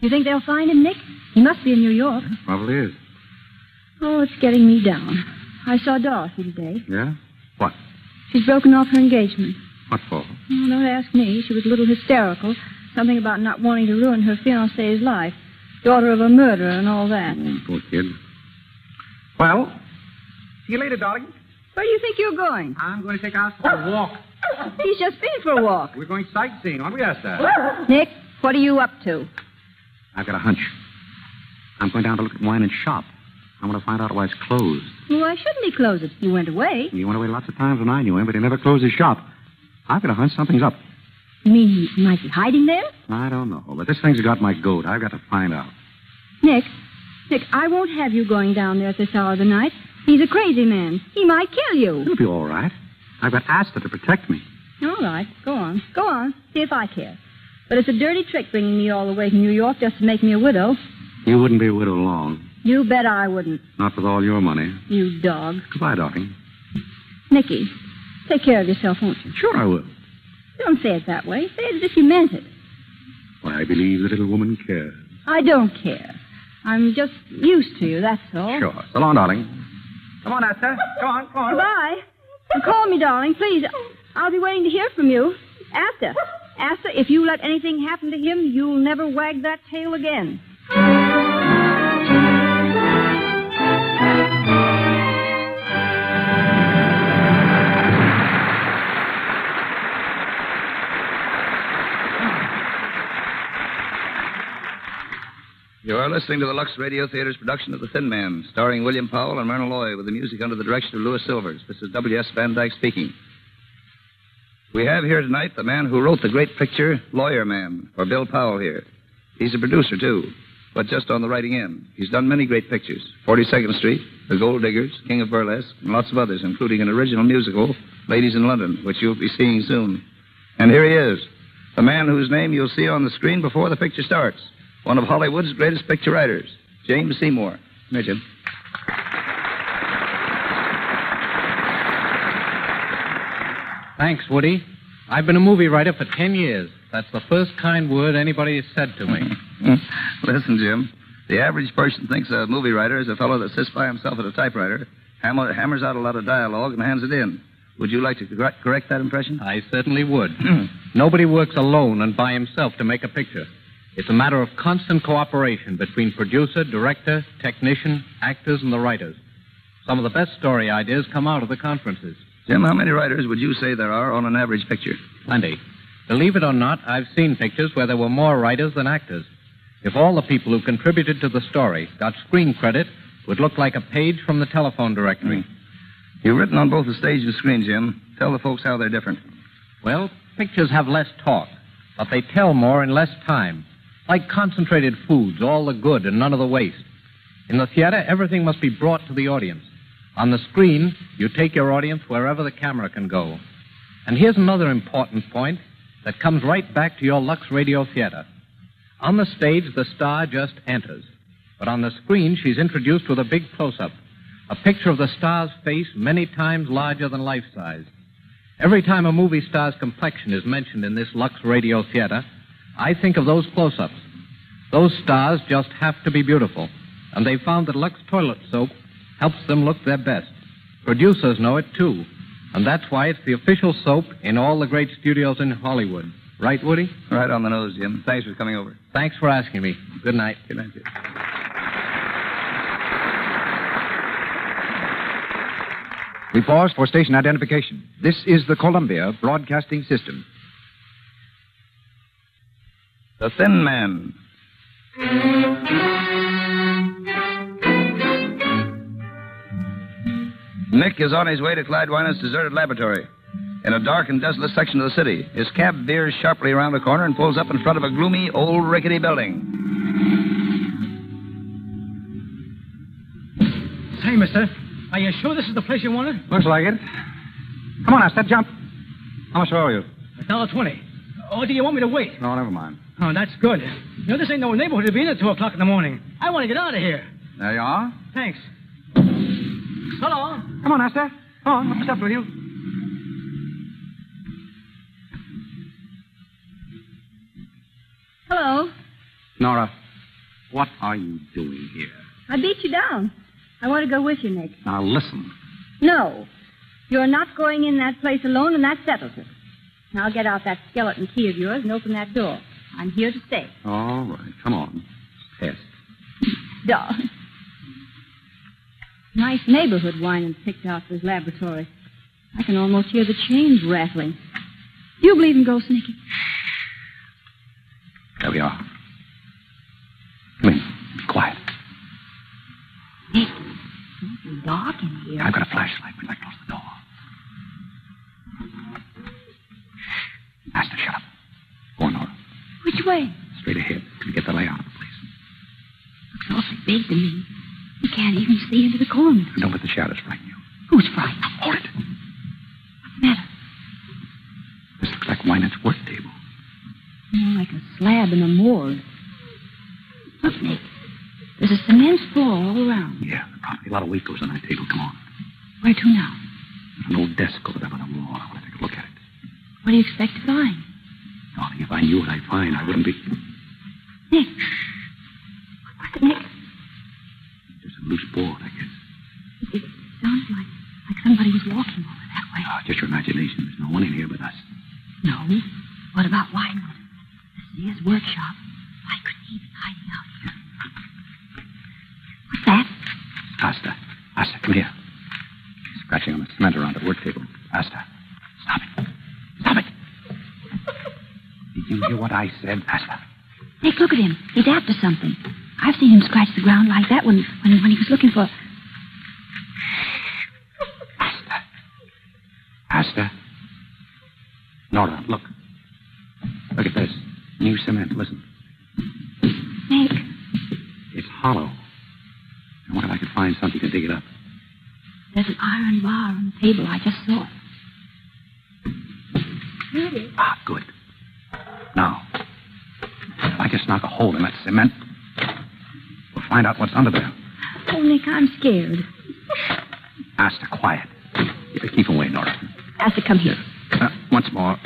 You think they'll find him, Nick? He must be in New York. Probably is. Oh, it's getting me down. I saw Dorothy today. Yeah? She's broken off her engagement. What for? Oh, don't ask me. She was a little hysterical. Something about not wanting to ruin her fiancé's life. Daughter of a murderer and all that. Poor kid. Well, See you later, darling. Where do you think you're going? I'm going to take out for a walk. *laughs* He's just been for a walk. We're going sightseeing, *clears throat* aren't we, Esther? Nick, what are you up to? I've got a hunch. I'm going down to look at Wynant's shop. I want to find out why it's closed. Why shouldn't he close it? He went away. He went away lots of times when I knew him, but he never closed his shop. I've got to hunt something up. You mean he might be hiding there? I don't know, but this thing's got my goat. I've got to find out. Nick, Nick, I won't have you going down there at this hour of the night. He's a crazy man. He might kill you. It'll be all right. I've got Asta to protect me. All right, go on. Go on. See if I care. But it's a dirty trick bringing me all the way from New York just to make me a widow. You wouldn't be a widow long. You bet I wouldn't, Not with all your money. you dog. Goodbye, darling. Nicky, take care of yourself, won't you? Sure I will. Don't say it that way. Say it as if you meant it. Why, I believe the little woman cares. I don't care. I'm just used to you, that's all. Sure. So long, darling. Come on, Esther. Come on, come on. Goodbye. And call me, darling, please. I'll be waiting to hear from you. Asta, Asta, if you let anything happen to him, you'll never wag that tail again. You are listening to the Lux Radio Theater's production of The Thin Man, starring William Powell and Myrna Loy, with the music under the direction of Louis Silvers. This is W.S. Van Dyke speaking. We have here tonight the man who wrote the great picture, Lawyer Man, or Bill Powell here. He's a producer, too, but just on the writing end. He's done many great pictures 42nd Street, The Gold Diggers, King of Burlesque, and lots of others, including an original musical, Ladies in London, which you'll be seeing soon. And here he is, the man whose name you'll see on the screen before the picture starts one of Hollywood's greatest picture writers, James Seymour. Come here, Jim. Thanks, Woody. I've been a movie writer for ten years. That's the first kind word anybody has said to me. Hmm? Listen, Jim. The average person thinks a movie writer is a fellow that sits by himself at a typewriter, hammer, hammers out a lot of dialogue, and hands it in. Would you like to correct, correct that impression? I certainly would. Nobody works alone and by himself to make a picture. It's a matter of constant cooperation between producer, director, technician, actors, and the writers. Some of the best story ideas come out of the conferences. Jim, how many writers would you say there are on an average picture? Plenty. Believe it or not, I've seen pictures where there were more writers than actors. If all the people who contributed to the story got screen credit, it would look like a page from the telephone directory. *clears throat* You've written on both the stage and screen, Jim. Tell the folks how they're different. Well, pictures have less talk, but they tell more in less time. Like concentrated foods, all the good and none of the waste. In the theater, everything must be brought to the audience. On the screen, you take your audience wherever the camera can go. And here's another important point that comes right back to your Lux Radio Theater. On the stage, the star just enters. But on the screen, she's introduced with a big close up a picture of the star's face many times larger than life size. Every time a movie star's complexion is mentioned in this Lux Radio Theater, I think of those close ups. Those stars just have to be beautiful, and they found that Lux toilet soap helps them look their best. Producers know it too, and that's why it's the official soap in all the great studios in Hollywood. Right, Woody? Right on the nose, Jim. Thanks for coming over. Thanks for asking me. Good night. Good night, Jim. We pause for station identification. This is the Columbia Broadcasting System. The Thin Man. Nick is on his way to Clydewina's deserted laboratory. In a dark and desolate section of the city, his cab veers sharply around a corner and pulls up in front of a gloomy, old, rickety building. Say, mister, are you sure this is the place you wanted? Looks like it. Come on, Asta, jump. How much are you? A dollar twenty. Or do you want me to wait? No, never mind. Oh, that's good. You know, this ain't no neighborhood to be in at two o'clock in the morning. I want to get out of here. There you are. Thanks. Hello. Come on, Asta. Come on, what's up with you? Hello. Nora, what are you doing here? I beat you down. I want to go with you, Nick. Now listen. No. You're not going in that place alone, and that settles it. Now get out that skeleton key of yours and open that door. I'm here to stay. All right, come on. Yes. Doll. Nice neighborhood Wyman picked out for his laboratory. I can almost hear the chains rattling. Do you believe in ghosts, Nicky? There we are. Dark in here. I've got a flashlight. We'd like to close the door. big to me. You can't even see into the corners. Don't let the shadows frighten you. Who's frightened? Hold it. This looks like Wynette's work table. Mm, More like a slab in a morgue. Look, Nick. There's a cement floor all around. Yeah, there probably a lot of weight goes on that table. Come on. Where to now? There's an old desk over there by the wall. I want to take a look at it. What do you expect to find? Darling, if I knew what I'd find, I wouldn't be Nick. What's it, Nick? just a loose board, I guess. It sounds like, like somebody was walking over that way. Oh, just your imagination. There's no one in here but us. No. What about Winewood? This is his workshop. Why couldn't he be hiding out here? What's that? Asta. Asta, come here. She's scratching on the cement around her work table. Asta, stop it. Stop it. Did you hear what I said, Asta? Nick, look at him. He's after something. I've seen him scratch the ground like that when, when, when he was looking for. Asta. Nora, look. Look at this. New cement. Listen. Nick. It's hollow. I wonder if I could find something to dig it up. There's an iron bar on the table. I just saw it. Ah, good. Now, if I just knock a hole in that cement, we'll find out what's under there. Oh, Nick, I'm scared. Asta, quiet. Yeah, Keep away, Nora. Has to come here. Uh, once more.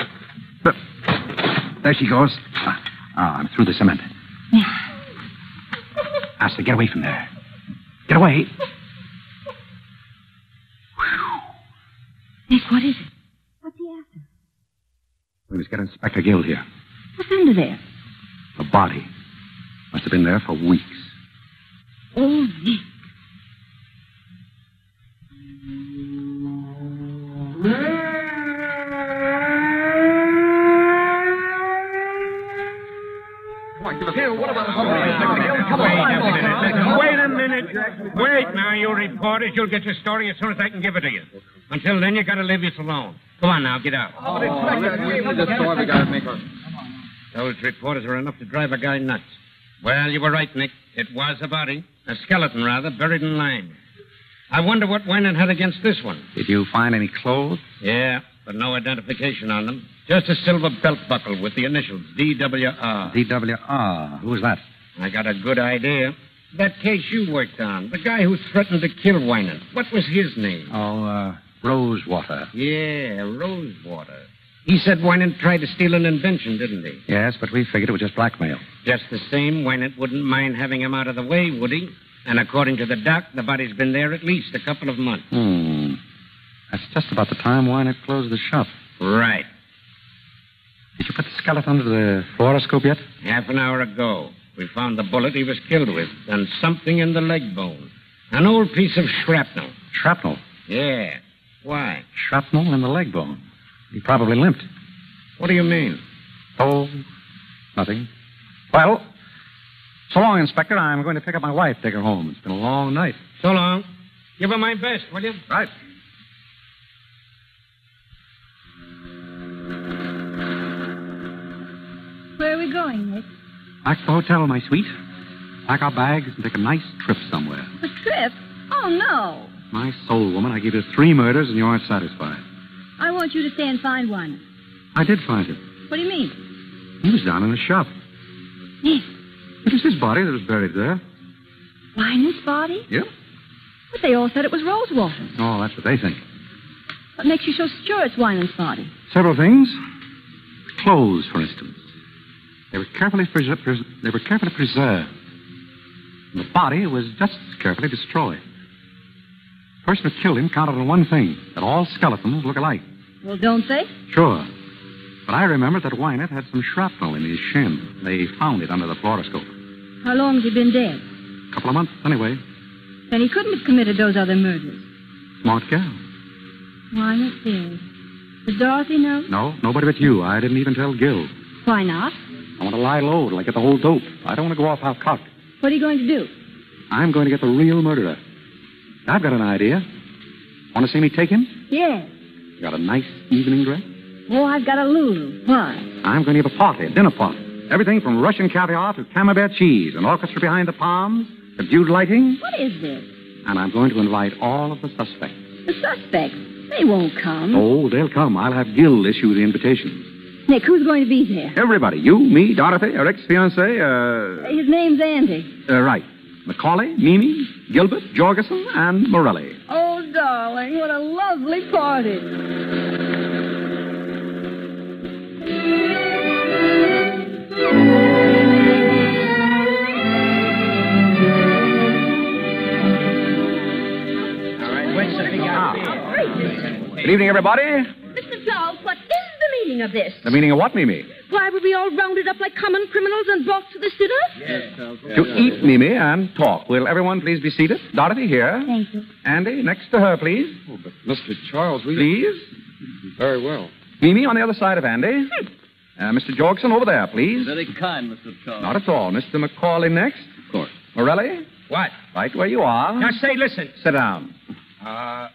Uh, There she goes. Ah, ah, I'm through the cement. Asta, get away from there. Get away. Nick, what is it? What's he after? We've got Inspector Guild here. What's under there? A body. Must have been there for weeks. Oh, Nick. Wait a minute. Wait now, you reporters. You'll get your story as soon as I can give it to you. Until then, you gotta leave this alone. Come on now, get out. Those reporters are enough to drive a guy nuts. Well, you were right, Nick. It was a body. A skeleton, rather, buried in lime. I wonder what Wynan had against this one. Did you find any clothes? Yeah, but no identification on them. Just a silver belt buckle with the initials DWR. DWR. Who was that? I got a good idea. That case you worked on, the guy who threatened to kill Wynan. What was his name? Oh, uh, Rosewater. Yeah, Rosewater. He said Wynan tried to steal an invention, didn't he? Yes, but we figured it was just blackmail. Just the same, Wynant wouldn't mind having him out of the way, would he? And according to the doc, the body's been there at least a couple of months. Hmm. That's just about the time Wynette closed the shop. Right. Did you put the skeleton under the fluoroscope yet? Half an hour ago, we found the bullet he was killed with and something in the leg bone. An old piece of shrapnel. Shrapnel. Yeah. Why? Shrapnel in the leg bone. He probably limped. What do you mean? Oh, nothing. Well, so long, Inspector. I'm going to pick up my wife, take her home. It's been a long night. So long. Give her my best, will you? Right. Where are we going, Nick? Back to the hotel, my sweet. Pack our bags and take a nice trip somewhere. A trip? Oh, no. My soul, woman, I gave you three murders and you aren't satisfied. I want you to stay and find one. I did find him. What do you mean? He was down in the shop. Nick. It was his body that was buried there. Linus' body? Yeah? But they all said it was Rosewater. Oh, that's what they think. What makes you so sure it's Winans' body? Several things. Clothes, for instance. They were carefully preser- pres- they were carefully preserved. And the body was just as carefully destroyed. The person who killed him counted on one thing that all skeletons look alike. Well, don't they? Sure. But I remember that Wynette had some shrapnel in his shin. They found it under the fluoroscope. How long has he been dead? A couple of months, anyway. Then he couldn't have committed those other murders. Smart gal. Why not there? Does Dorothy know? No, nobody but you. I didn't even tell Gil. Why not? I want to lie low till I get the whole dope. I don't want to go off half cocked. What are you going to do? I'm going to get the real murderer. I've got an idea. Want to see me take him? Yes. You got a nice evening dress? Oh, I've got a Lulu. Why? I'm going to have a party, a dinner party. Everything from Russian caviar to camembert cheese, an orchestra behind the palms, subdued lighting, What is this? and I'm going to invite all of the suspects. The suspects. They won't Hmm? come. Oh, they'll come. I'll have Gil issue the invitation. Nick, who's going to be there? Everybody, you, me, Dorothy, her ex-fiance, uh, His name's Andy. uh, right, Macaulay, Mimi, Gilbert, Jorgensen, and Morelli. Oh, darling, what a lovely party. Ah. Good evening, everybody. Mr. Charles, what is the meaning of this? The meaning of what, Mimi? Why were we all rounded up like common criminals and brought to the sitter? To eat, Mimi, and talk. Will everyone please be seated? Dorothy here. Thank you. Andy, next to her, please. Oh, but Mr. Charles, we... Please. Very well. Mimi, on the other side of Andy. Uh, Mr. Jorgensen, over there, please. Very kind, Mr. Charles. Not at all. Mr. Macaulay next. Of course. Morelli? What? Right where you are. Now say, listen. Sit down. Uh,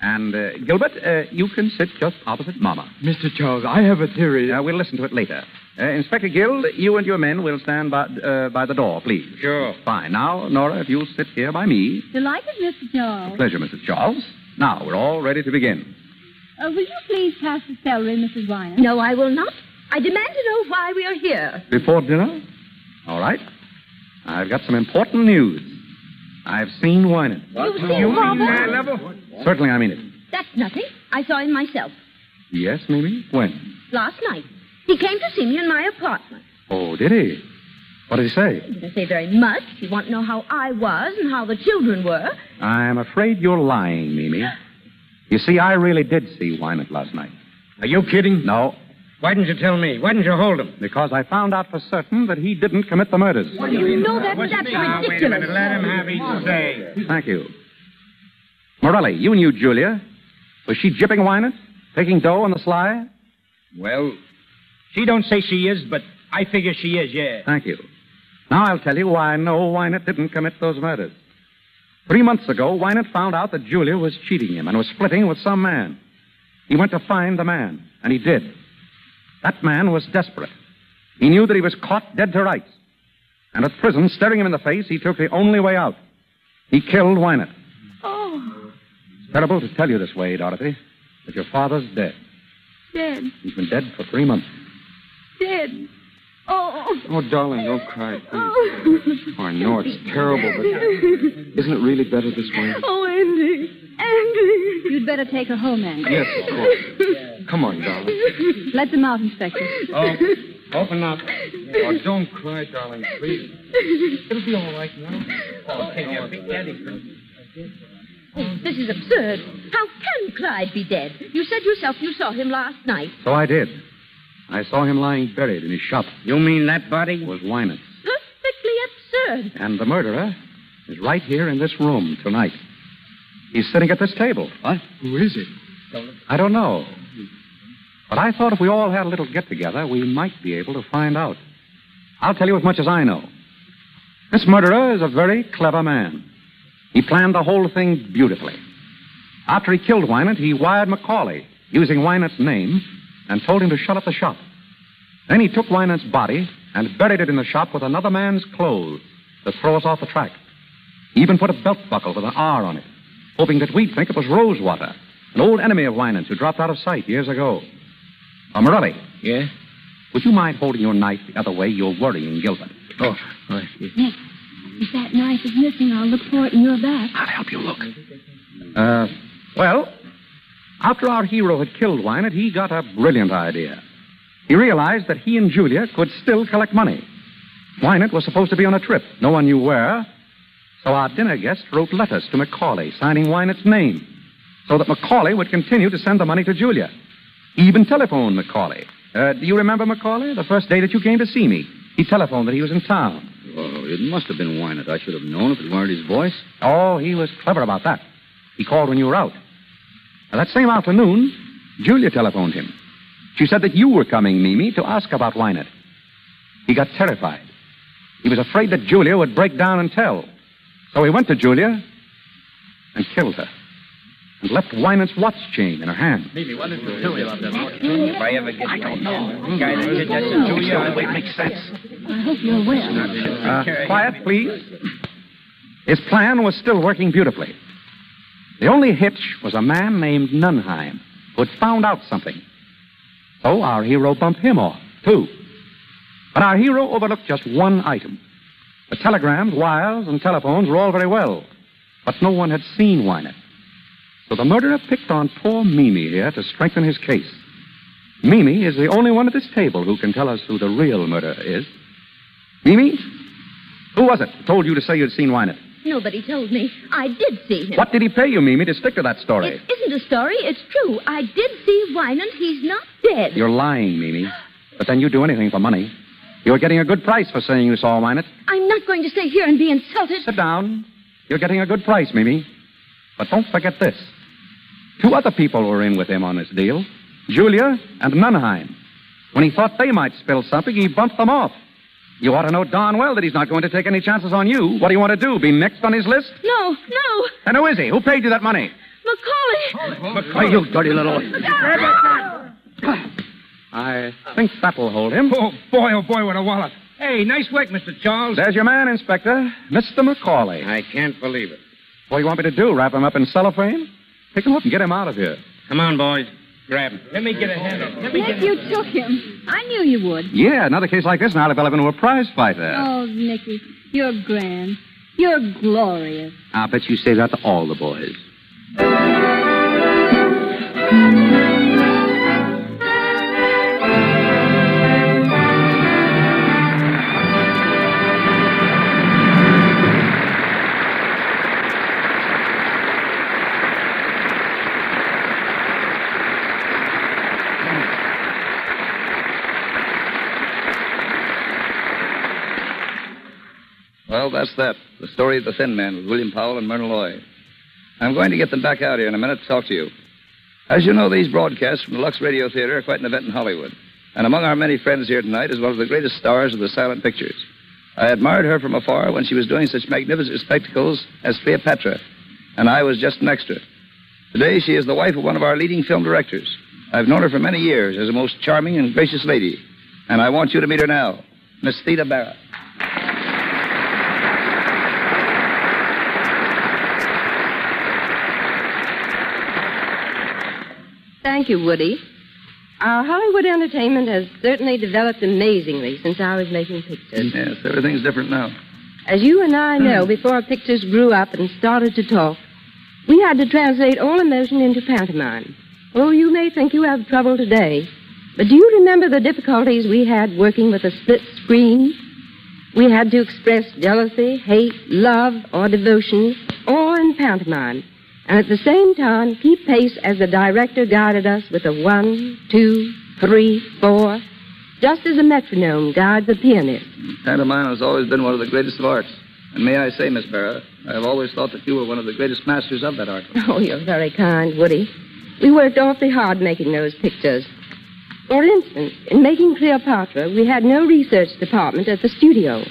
And, uh, Gilbert, uh, you can sit just opposite Mama. Mr. Charles, I have a theory. Uh, we'll listen to it later. Uh, Inspector Gill, you and your men will stand by, uh, by the door, please. Sure. Fine. Now, Nora, if you'll sit here by me. Delighted, Mr. Charles. Pleasure, Mrs. Charles. Now, we're all ready to begin. Uh, will you please pass the celery, Mrs. Wyman? No, I will not. I demand to know why we are here. Before dinner? All right. I've got some important news. I've seen Winant. You've seen You mean Robert? that level? Certainly, I mean it. That's nothing. I saw him myself Yes, Mimi? When? last night. He came to see me in my apartment. Oh, did he? What did he say? He didn't say very much. He wanted to know how I was and how the children were. I'm afraid you're lying, Mimi. You see, I really did see Wynant last night. Are you kidding? No. Why didn't you tell me? Why didn't you hold him? Because I found out for certain that he didn't commit the murders. No, that's, What's that's the- Now, wait a ridiculous. minute. Let him have his say. Thank you. Morelli, you knew Julia. Was she jipping Wynant? Taking dough on the sly? Well, she don't say she is, but I figure she is, yeah. Thank you. Now I'll tell you why I know Wynant didn't commit those murders. Three months ago, Wynant found out that Julia was cheating him and was splitting with some man. He went to find the man, and he did. That man was desperate. He knew that he was caught dead to rights. And at prison, staring him in the face, he took the only way out. He killed Wynant. Oh, It's terrible to tell you this way, Dorothy, but your father's dead. dead, He's been dead for three months. dead. Oh. Oh, darling, don't cry, Oh, I know it's terrible, but isn't it really better this way? Oh, Andy. Andy. You'd better take her home, Andy. Yes, of course. Come on, darling. Let them out, Inspector. Oh, open up. Oh, don't cry, darling, please. It'll be all right now. Oh, can you be Oh, This is absurd. How can Clyde be dead? You said yourself you saw him last night. So I did. I saw him lying buried in his shop. You mean that body? Was Wynant. Perfectly absurd. And the murderer is right here in this room tonight. He's sitting at this table. What? Who is it? I don't know. But I thought if we all had a little get together, we might be able to find out. I'll tell you as much as I know. This murderer is a very clever man. He planned the whole thing beautifully. After he killed Wynant, he wired Macaulay, using Wynant's name, and told him to shut up the shop. Then he took Wynant's body and buried it in the shop with another man's clothes to throw us off the track. He even put a belt buckle with an R on it, hoping that we'd think it was Rosewater, an old enemy of Wynant's who dropped out of sight years ago. Uh, Morelli. Yeah? Would you mind holding your knife the other way? You're worrying Gilbert. Oh, I see. Nick, if that knife is missing, I'll look for it in your back. I'll help you look. Uh, well, after our hero had killed Wynant, he got a brilliant idea. He realized that he and Julia could still collect money. Wynant was supposed to be on a trip. No one knew where. So our dinner guest wrote letters to Macaulay, signing Wynant's name, so that Macaulay would continue to send the money to Julia. He even telephoned Macaulay. Uh, do you remember Macaulay? The first day that you came to see me, he telephoned that he was in town. Oh, it must have been Wynant. I should have known if it weren't his voice. Oh, he was clever about that. He called when you were out. Now, that same afternoon, Julia telephoned him. She said that you were coming, Mimi, to ask about Wynant. He got terrified. He was afraid that Julia would break down and tell. So he went to Julia and killed her and left Wynant's watch chain in her hand. Mimi, what did you do about that? If I ever get I don't know. Guy that did that to Julia, it makes sense. I hope you're well. Uh, quiet, please. His plan was still working beautifully. The only hitch was a man named Nunheim who'd found out something. So our hero bumped him off, too. But our hero overlooked just one item. The telegrams, wires, and telephones were all very well, but no one had seen Wynant. So the murderer picked on poor Mimi here to strengthen his case. Mimi is the only one at this table who can tell us who the real murderer is. Mimi, who was it that told you to say you'd seen Wynant? Nobody told me. I did see him. What did he pay you, Mimi, to stick to that story? It isn't a story. It's true. I did see Wynant. He's not dead. You're lying, Mimi. But then you'd do anything for money. You're getting a good price for saying you saw Minot. I'm not going to stay here and be insulted. Sit down. You're getting a good price, Mimi. But don't forget this. Two other people were in with him on this deal Julia and Nunheim. When he thought they might spill something, he bumped them off. You ought to know darn well that he's not going to take any chances on you. What do you want to do? Be next on his list? No, no. And who is he? Who paid you that money? Macaulay. Macaulay, you dirty little. I think that'll hold him. Oh, boy, oh, boy, what a wallet. Hey, nice work, Mr. Charles. There's your man, Inspector. Mr. Macaulay. I can't believe it. What do you want me to do? Wrap him up in cellophane? Pick him up and get him out of here. Come on, boys. Grab him. Let me get a hand on Nick, you took him. I knew you would. Yeah, another case like this, and I'll develop into a prize fighter. Oh, Nicky, you're grand. You're glorious. I'll bet you say that to all the boys. Well, that's that. The story of the Thin Man with William Powell and Myrna Loy. I'm going to get them back out here in a minute to talk to you. As you know, these broadcasts from the Lux Radio Theater are quite an event in Hollywood. And among our many friends here tonight is one of the greatest stars of the silent pictures. I admired her from afar when she was doing such magnificent spectacles as Cleopatra, and I was just an extra. Today, she is the wife of one of our leading film directors. I've known her for many years as a most charming and gracious lady, and I want you to meet her now, Miss Theda Barra. Thank you, Woody. Our Hollywood entertainment has certainly developed amazingly since I was making pictures. Yes, everything's different now. As you and I know, before our pictures grew up and started to talk, we had to translate all emotion into pantomime. Oh, you may think you have trouble today, but do you remember the difficulties we had working with a split screen? We had to express jealousy, hate, love, or devotion, all in pantomime, and at the same time keep pace as the director guided us with a one, two, three, four, just as a metronome guides a pianist. Pantomime has always been one of the greatest of arts. And may I say, Miss Barra, I've always thought that you were one of the greatest masters of that art. *laughs* Oh, you're very kind, Woody. We worked awfully hard making those pictures. For instance, in making Cleopatra, we had no research department at the studio.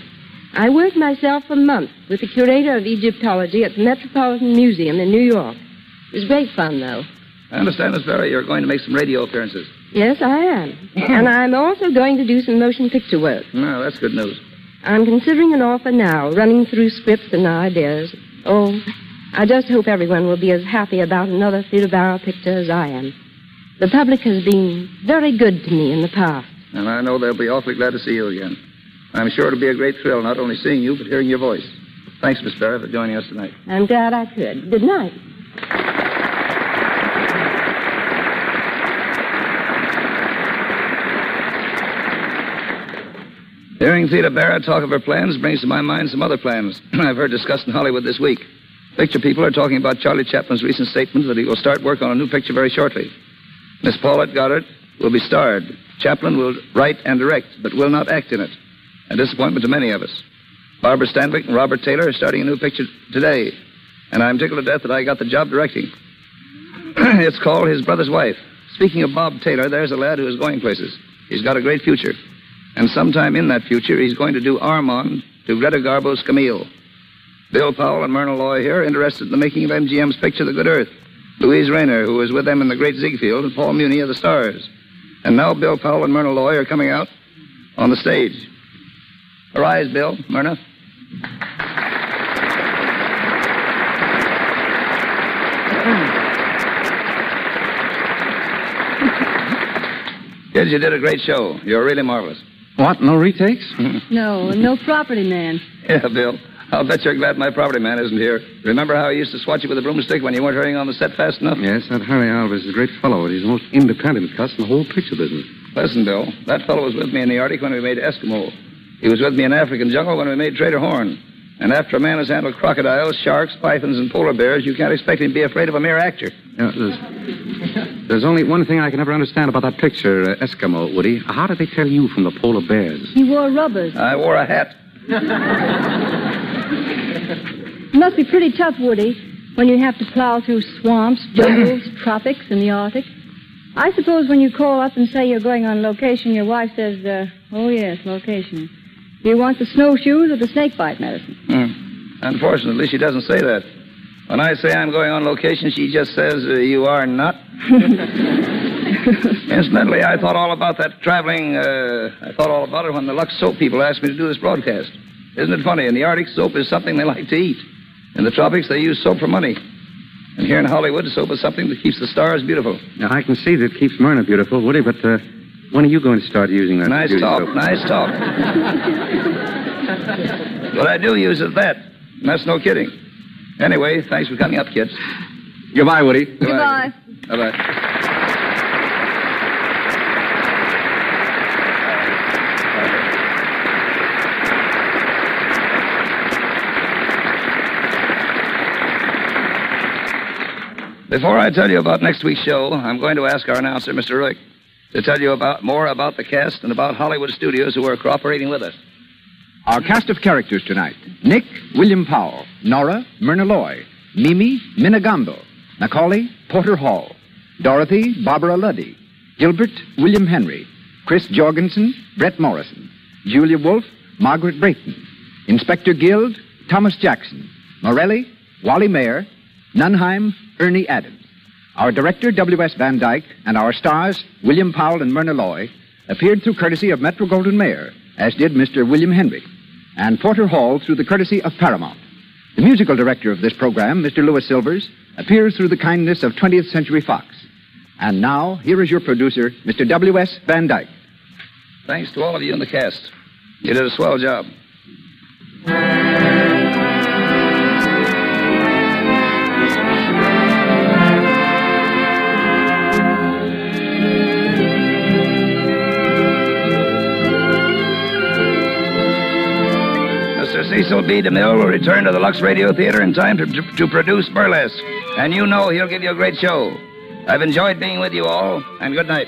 I worked myself for months with the curator of Egyptology at the Metropolitan Museum in New York. It was great fun, though. I understand, Miss Barra, you're going to make some radio appearances. Yes, I am. and I'm also going to do some motion picture work. No, that's good news. I'm considering an offer now, running through scripts and ideas. Oh, I just hope everyone will be as happy about another Theodore picture as I am. The public has been very good to me in the past. And I know they'll be awfully glad to see you again. I'm sure it'll be a great thrill not only seeing you, but hearing your voice. Thanks, Miss Barra, for joining us tonight. I'm glad I could. Good night. Hearing Theda Barra talk of her plans brings to my mind some other plans *clears throat* I've heard discussed in Hollywood this week. Picture people are talking about Charlie Chaplin's recent statement that he will start work on a new picture very shortly. Miss Paulette Goddard will be starred. Chaplin will write and direct, but will not act in it. A disappointment to many of us. Barbara Stanwyck and Robert Taylor are starting a new picture today, and I'm tickled to death that I got the job directing. *clears throat* it's called His Brother's Wife. Speaking of Bob Taylor, there's a lad who is going places. He's got a great future. And sometime in that future, he's going to do Armand to Greta Garbo's Camille. Bill Powell and Myrna Loy here are interested in the making of MGM's picture, The Good Earth. Louise Rayner, who was with them in The Great Ziegfeld, and Paul Muni of The Stars. And now Bill Powell and Myrna Loy are coming out on the stage. Arise, Bill, Myrna. Kids, you did a great show. You're really marvelous. What? No retakes? No, and no property man. Yeah, Bill. I'll bet you're glad my property man isn't here. Remember how he used to swat you with a broomstick when you weren't hurrying on the set fast enough? *laughs* Yes, that Harry Alvarez is a great fellow, but he's the most independent cuss in the whole picture business. Listen, Bill, that fellow was with me in the Arctic when we made Eskimo. He was with me in African jungle when we made Trader Horn. And after a man has handled crocodiles, sharks, pythons, and polar bears, you can't expect him to be afraid of a mere actor. Yeah, there's, there's only one thing I can never understand about that picture, uh, Eskimo, Woody. How did they tell you from the polar bears? He wore rubbers. I wore a hat. Must be pretty tough, Woody, when you have to plow through swamps, jungles, tropics, and the Arctic. I suppose when you call up and say you're going on location, your wife says, uh, oh, yes, location. Do you want the snowshoes or the snakebite medicine? Unfortunately, she doesn't say that. When I say I'm going on location, she just says, uh, You are not. *laughs* Incidentally, I thought all about that traveling. Uh, I thought all about it when the Lux Soap people asked me to do this broadcast. Isn't it funny? In the Arctic, soap is something they like to eat. In the tropics, they use soap for money. And here in Hollywood, soap is something that keeps the stars beautiful. Now, I can see that it keeps Myrna beautiful, Woody, but uh, when are you going to start using that? Nice beauty talk, soap? nice talk. But I do use it that. And that's no kidding. Anyway, thanks for coming up, kids. Goodbye, Woody. Goodbye. Bye bye. Before I tell you about next week's show, I'm going to ask our announcer, Mr. Ruick, to tell you about more about the cast and about Hollywood studios who are cooperating with us. Our cast of characters tonight Nick, William Powell, Nora, Myrna Loy, Mimi, Minna Gamble, Macaulay, Porter Hall, Dorothy, Barbara Luddy, Gilbert, William Henry, Chris Jorgensen, Brett Morrison, Julia Wolf, Margaret Brayton, Inspector Guild, Thomas Jackson, Morelli, Wally Mayer, Nunheim, Ernie Adams. Our director, W.S. Van Dyke, and our stars, William Powell and Myrna Loy, appeared through courtesy of Metro Goldwyn Mayer, as did Mr. William Henry, and Porter Hall through the courtesy of Paramount. The musical director of this program, Mr. Louis Silvers, appears through the kindness of 20th Century Fox. And now, here is your producer, Mr. W.S. Van Dyke. Thanks to all of you in the cast. You did a swell job. Mr. Cecil B. DeMille will return to the Lux Radio Theater in time to, to, to produce Burlesque. And you know he'll give you a great show. I've enjoyed being with you all, and good night.